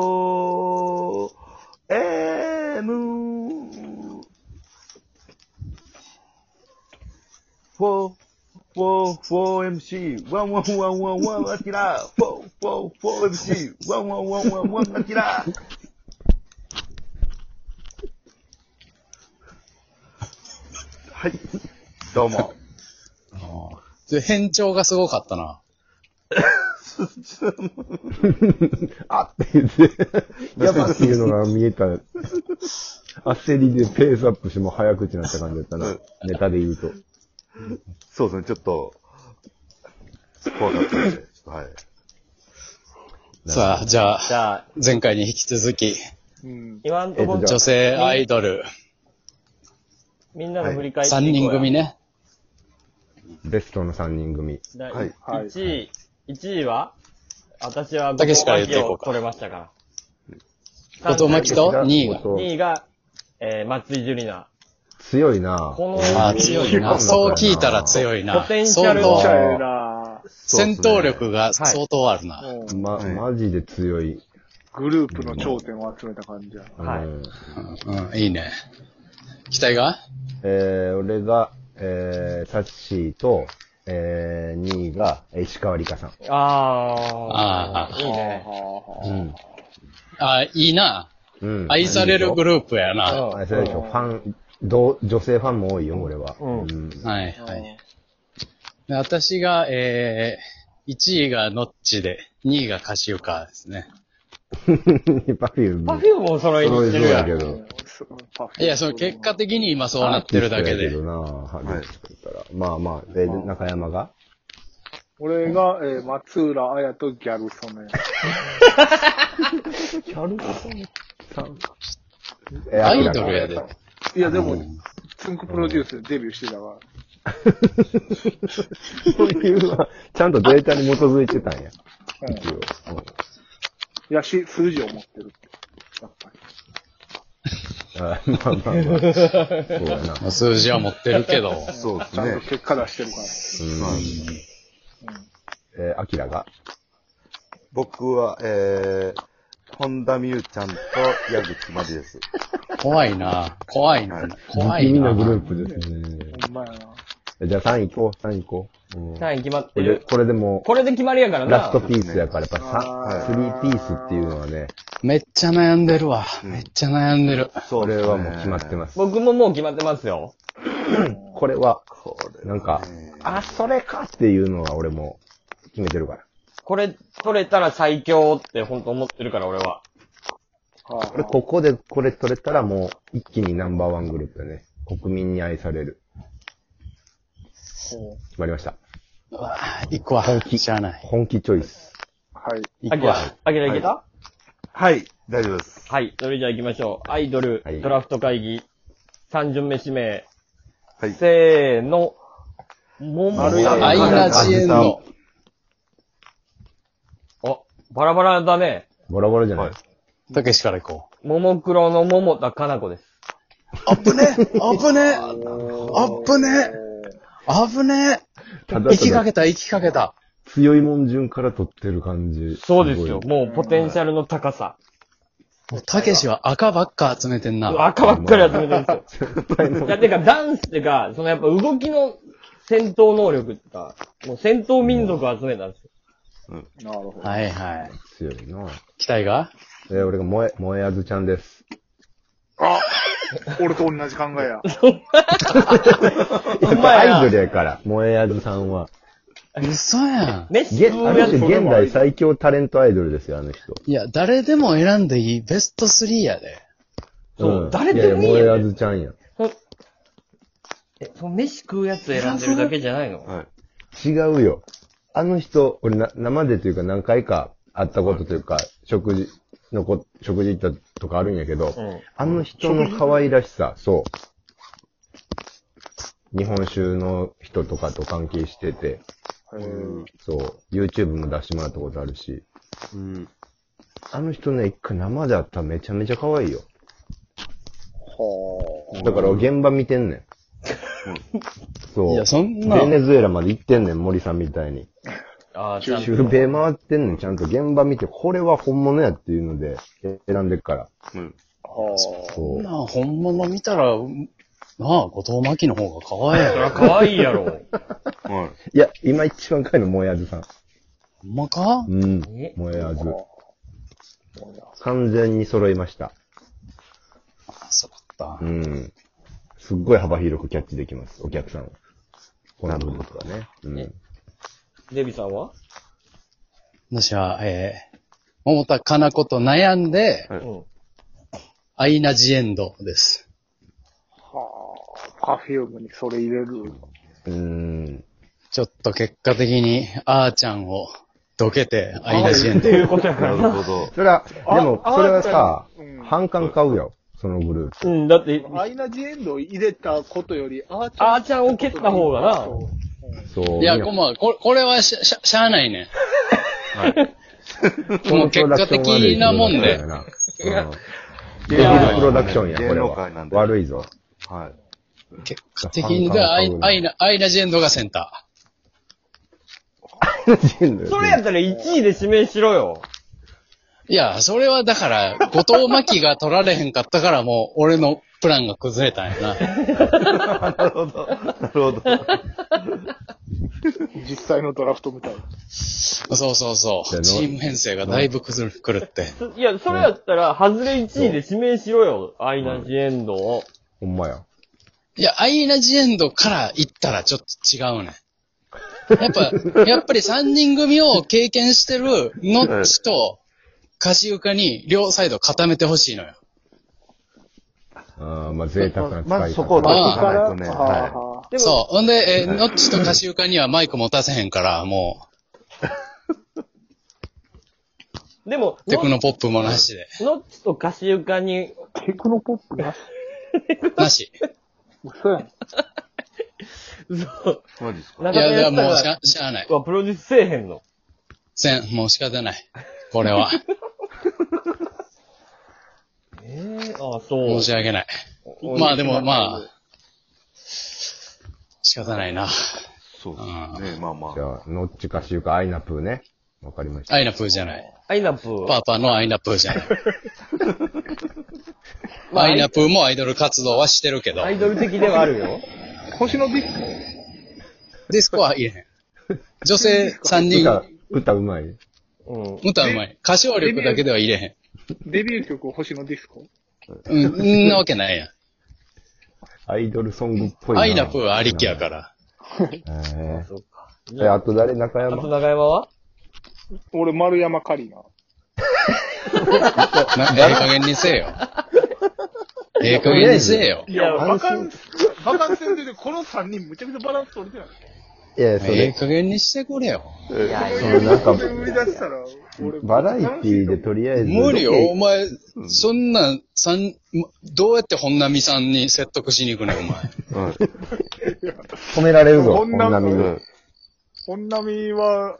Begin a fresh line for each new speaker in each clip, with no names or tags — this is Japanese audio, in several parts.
4 m 4 4 4 MC 11111アキラ4 4 4 MC 11111アキラはい、どうも。
ちょ変調がすごかったな。
あって言って、やばっていうのが見えた。焦りでペースアップしてもう早口になった感じだったな。ネタで言うと。
そうですね、ちょっと、怖かったので、ちょっとはい。
さあ、じゃ
じ
あ、
ゃあ、
前回に引き続き、
うん。
今んとこ
えっとじゃ
女性アイドル
みんなの振り返っていこう
3
や。
人組ね。
ベストの3人組。
だ。
はい
はい
1位、1位は私は
たけしから言っていこう
を
か
取れましたから。
後藤真希と2位が。
2位が、えー、松井樹里奈。
強いな
こ
ああ、
の、
強いな。 そう聞いたら強いな
ポテ。ンシャ
相
ル
当、
強いな
そうで
戦
すね
闘力が相当あるな。
ぁ。うん
ま、
はい
マジで強い。
グループの頂点を集めた感じや。
はい
うん
うん、いいね。期待が
えー、俺が、えー、サッシーと、えー、2位がえー石川里香さん。
あ
あ
ー、いいね。
は
ん。
あいいな。
うん。
愛されるグ
ル
ループやな。
うん
愛されるでしょ。ファン、どう女性ファンも多いよ、俺は。
うん
はい、
ぁはぁ
はい。で私が、えー、1位がノッチで、2位がカシウカですね。
パフューム。
パフュームを揃いにしてるやん。
け
う
ど
ん。すパフェ
いや、その結果的に今そうなってるだけ
アーティ
で
ストやけ。どな
は
はいい。作ったら。まあまあ、え、で中山が
俺が、えー、松浦綾とギャルソネ。
キャルソンさん。え、
アイドルやで。
いや、でも、つんくプロデュースでデビューしてたから。
そういうのは、ちゃんとデータに基づいてたんや。
うん
一応。
いやし、数字を持ってるって。やっぱり。
あまあまあまあ。そうやな。
数字は持ってるけど。
そうです
ちゃんと
ね。
結果出してるから。
うん。えー、アキラが
僕は、えー、本田美優ちゃんと矢口まりです。
怖いな怖いな怖い
君
な
のグループですね。
ほんまやな。
じゃあ3位行こう、3位行こう。うんこ
単位決まって
れで、
る。
これでも
これで決まりやから
う、
な。
ラストピースやから、やっぱ
あー
さ、3ピースっていうのはね、
めっちゃ悩んでるわ。めっちゃ悩んでる。
そ
これはもう決まってます。
僕ももう決まってますよ。
これは、
これ
なんか、
あ
あ、それかっていうのは俺も決めてるから。
これ取れたら最強って本当思ってるから俺は。
はぁ
これ、ここでこれ取れたらもう一気にナンバーワングループだね。国民に愛される。決まりました。
うわ行くわ。しゃあない。
本気チョイス。
はい。
行
あ
く
きら
わ。、
あきらいけた、
はい、大丈夫です。
はい。それじゃあ行きましょう。アイドル
はい、
ドラフト会議、三巡目指名、
はい。
せーの、もも
丸い
アイナジエンド。
あ、バラバラだね。
ボロボロじゃない。
はい
たけしから行こ
ももクロの桃田かな子です。
う。あぶねあぶねあぶねあぶね
ただ
行き
た
か
だ
けた、行きかけた。
強いもん順から取ってる感じ。
そうですよ。
ごい
もうポテンシャルの高さ。
もうたけしは赤ばっか集めてんな。
赤ばっかり集めてるんです よ。いや、てか、ダンスってか、そのやっぱ動きの戦闘能力ってか、もう戦闘民族を集めたんですよ。
なるほど。
はいはい。
強いな。
期待が
えー俺が萌え、萌えあずちゃんです。
あ俺と同じ考えや。
うまいな
アイドルやから、萌えあずさんは。
嘘やん。
メッシ
げ、あ
もや
の
っ
人現代最強タレントアイドルですよ、あの人。
いや、誰でも選んでいいベスト3やで。
そう
うん
誰でもいいよね
やや萌えあずちゃんや。
えその飯食うやつ選んでるだけじゃないの
はい。
違うよ。あの人、俺な、生でというか何回か会ったことというか、食事のこ、食事行ったとかあるんやけど、
うん。
あの人の可愛らしさ、そう。日本酒の人とかと関係してて、そう、YouTube も出してもらったことあるし、
うん。
あの人ね、一回生で会ったらめちゃめちゃ可愛いよ。だから現場見てんねん。そう。
いや、そんな
ベ。ネズエラまで行ってんねん、森さんみたいに。
ああ、ちゃんと
周。辺回ってんのにちゃんと現場見て、これは本物やっていうので選んでっから。
うん。
そ
こん
う。
なん本物見たら、うんなあ、後藤真希の方が可愛い
そり
や
ゃ
ろ。
可愛いやろ。
はい
や、今一番かいのもえあずさん。
ほんまか
うん
え。
もえあず。完全に揃いました。
あそうだった
う。ん。すっごい幅広くキャッチできます、お客さんを。この部分とかね。うん。
デビさんは
私は、えー、桃田かな子と悩んで、
は
う
い
ん。
アイナジエンドです。
はあ、パフュームにそれ入れる。
うん。
ちょっと結果的に、あーちゃんをどけて、アイナジエン
って
ド。
いうことやか
な
ら
る
な。
ほど。
それは、
あ
でも、それはさ
あーちゃんうん、
反感買うよ。そのグループ。
うん、だって、
アイナ・ジ・エンドを入れたことより、あーちゃん。
あーちゃんを蹴った方がな。
そう。
いや、
みんな
こま、ここれはしゃ、しゃ、しゃあないねん。もう結果的なもんで。
うん。
いや
いプロダクションや、こ
芸
れ
能界なん
は。
で
悪いぞ。
はい。
結果的に、だからアイアイナ、アイナジエンドがセンタ
それやったら1位で指名しろよ。
ー。いや、それはだから、後藤真希が取られへんかったから、もう、俺のプランが崩れたんやな。
なるほど。なるほど。
実際のドラフトみたい。
そうそうそ
いや
う。
な
チーム編成がだいぶ崩れ、狂って。
そいや、それやったら、ハズレ1位で指名しろよ。アイナ・ジ・エンドを。
ほんまや。
いや、アイナジエンドから行ったらちょっと違うね。やっ ぱ、やっぱり3人組を経験してるノッチとカシウカに両サイド固めてほしいのよ。
ああ、まあ贅沢な使い方。
まずそこを
まあ
取っていかないとね。
はあ
は
はあ
でも、
そう。ほんで、えーノッチとカシウカにはマイク持たせへんから、も
でも
う、、テクノポップもなし で。
ノッチとカシウカに、
テクノポップなし。
なし。
嘘やん。
そう、
い。マジですか
中
いや、
田
いや
やっ
もう
た
し
ら
ゃ、しゃあない。
はプロデュースせえへんの。
せん、もう仕方ない。これ は。
ええああ、そう
申。し訳ない。まあでも、まあ、仕方ないな。
そうですね。まあま
じゃあ、ノッチかシューかアイナプーね。わかりました。
アイナプーじゃない。
アイナプー。
パーパーのアイナプー じゃない。アイナプーもアイドル活動はしてるけど
ア、イドル的ではあるよ。
星野ビッグ
ディスコは入れへん。女性3
歌
人、、
歌うまい。
うん。
歌うまい。歌唱力だけでは入れへ
デビュー曲星野ディスコ
ん。うん、んなわけないや
アイドルソングっぽ
ん。
いな。
アイナプーはありきやから。
へ
そうか。
え。え、あと誰中
あと
山
中山は
俺、丸山カリーナ。
なええ加減にせえよ。ええ加減にせえよ。
いや、
安
バカンス、バカンスでこの3人むちゃくちゃバランス取れてない。
いや、そ
ええ
れ、
加減にしてくれよ。
そのなんか、
生み出したら、俺、
バラエティでとりあえず。
無理よ、お前。そんな、さん、どうやって本並さんに説得しに行くねん、お前。
あ。はい。
止められるぞ、
本
本
並
並
うん
に。
本並は、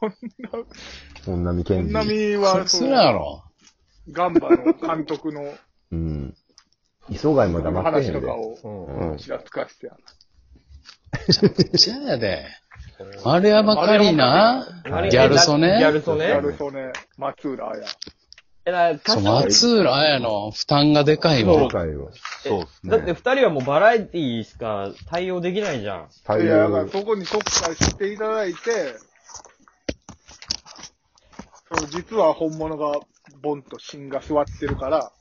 本
本並健
並
二。
本並
そ
は、
そ
そう
うやろ。
ガンバの監督の
うん。磯貝も黙ってへ
話
んで
と。かを、
うん。
ちらつかしてやる。
じゃあやで。丸山カリーナギャルソネ
ギャルソネ
やるそうね、松浦綾。
えら、歌
そう
唱
松浦彩の負担がでかい
そ
わ
う。
回を。
そうですね。
だって二人はもうバラエティーしか対応できないじゃん。
対
いや、だから
応。
そこに特化していただいて、その実は本物がボンと芯が座ってるから、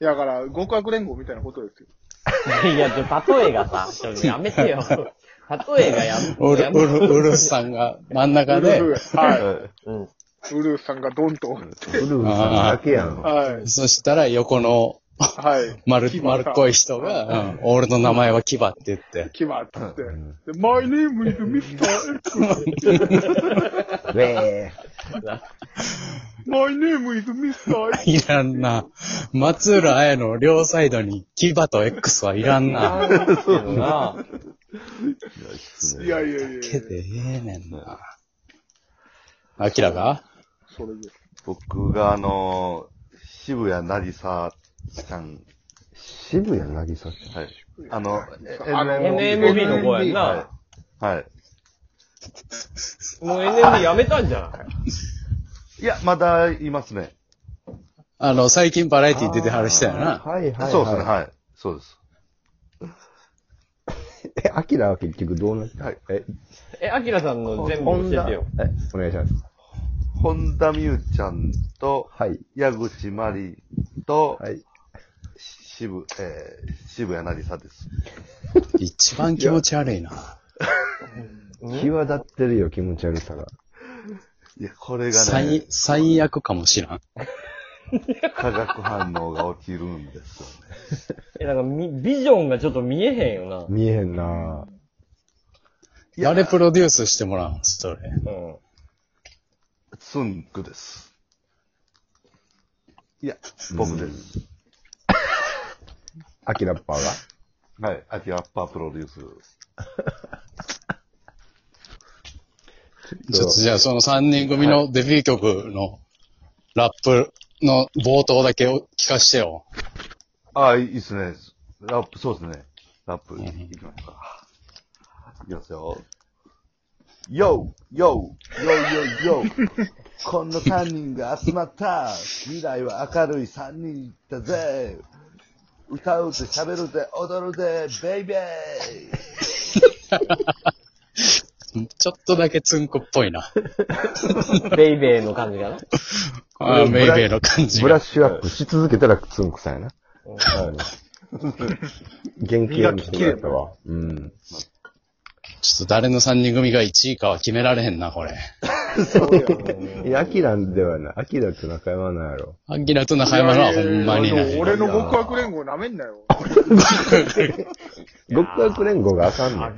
だから、極悪連合みたいなことですよ。
いや、ちょ、例えがさ、ちょっとやめてよ。例えがや
う
め
る、
て。
うる、うるさんが真ん中
ウル
で、
フ、は
はい
うん。
い。ウルフさんがドンと。
ブルーさんだけやん。
はい。
そしたら横の
はい。
丸、
キバ
丸っこい人が、うん俺の名前はキバって言って。
キバっつって。で My name is Mr. X.My
ウェー。
name is Mr. X.
いらんな。松浦彩の両サイドにキバと X はいらんな。
けどな。
いやいやいやいや。
けでええねんな。アキラが
それです。
僕があのー、渋谷成沙さん、
渋谷なぎさん。
はい。あの、
あの
MMB の子やんな。
はい。はい。
もう NMD やめたんじゃない
いや、まだいますね。
あの、最近バラエティ出てはる人やな。
はいはい。
そうですね、はい。そうです。
え、アキラは結局どうなった、
はい
え、
え、アキラさんの全部
本
教え
田、
て
え
よ。、
お願いします。
本田美優ちゃんと、
はい。
矢口まりと、
はい。
渋、えー、渋谷成沙です。
一番気持ち悪いな。
際立ってるよ、気持ち悪さが。
いや、これがね
最、、最悪かもしらん。
化学反応が起きるんですよね。
え、なんかみ、ビジョンがちょっと見えへんよ
見えへんなぁ。
いや
誰プロデュースしてもらうんそれ。
な。うん。
スンクです。いや、僕です。
アキラッパーが。
はい、秋アッパープロデュース。
ちょっとじゃあその3人組のデビュー曲のラップの冒頭だけを聞かしてよ。
ああ、いいっすね。ラップ、そうですね。ラップ、いきますか。いきますよ。よ o よ o よ o よ o こんな3人が集まった未来は明るい3人だぜ歌うぜ、喋るぜ、踊るぜ、ベイベー
ちょっとだけつんこっぽい な。
ベイベーの感じかな。
あーメイベイの感じ
ブラッ
が。
シュアップし続けたらツンクさんやな。はい。原型見せてもらったわ。うん。
ちょっと誰の3人組が1位かは決められへんな、これ。
いや、アキラではない。アキラと中山なんやろ。
アキラと中山のはほんまに
いやいやい
ね。
や俺の極悪連合舐めんなよ。
極悪連合があかんねん。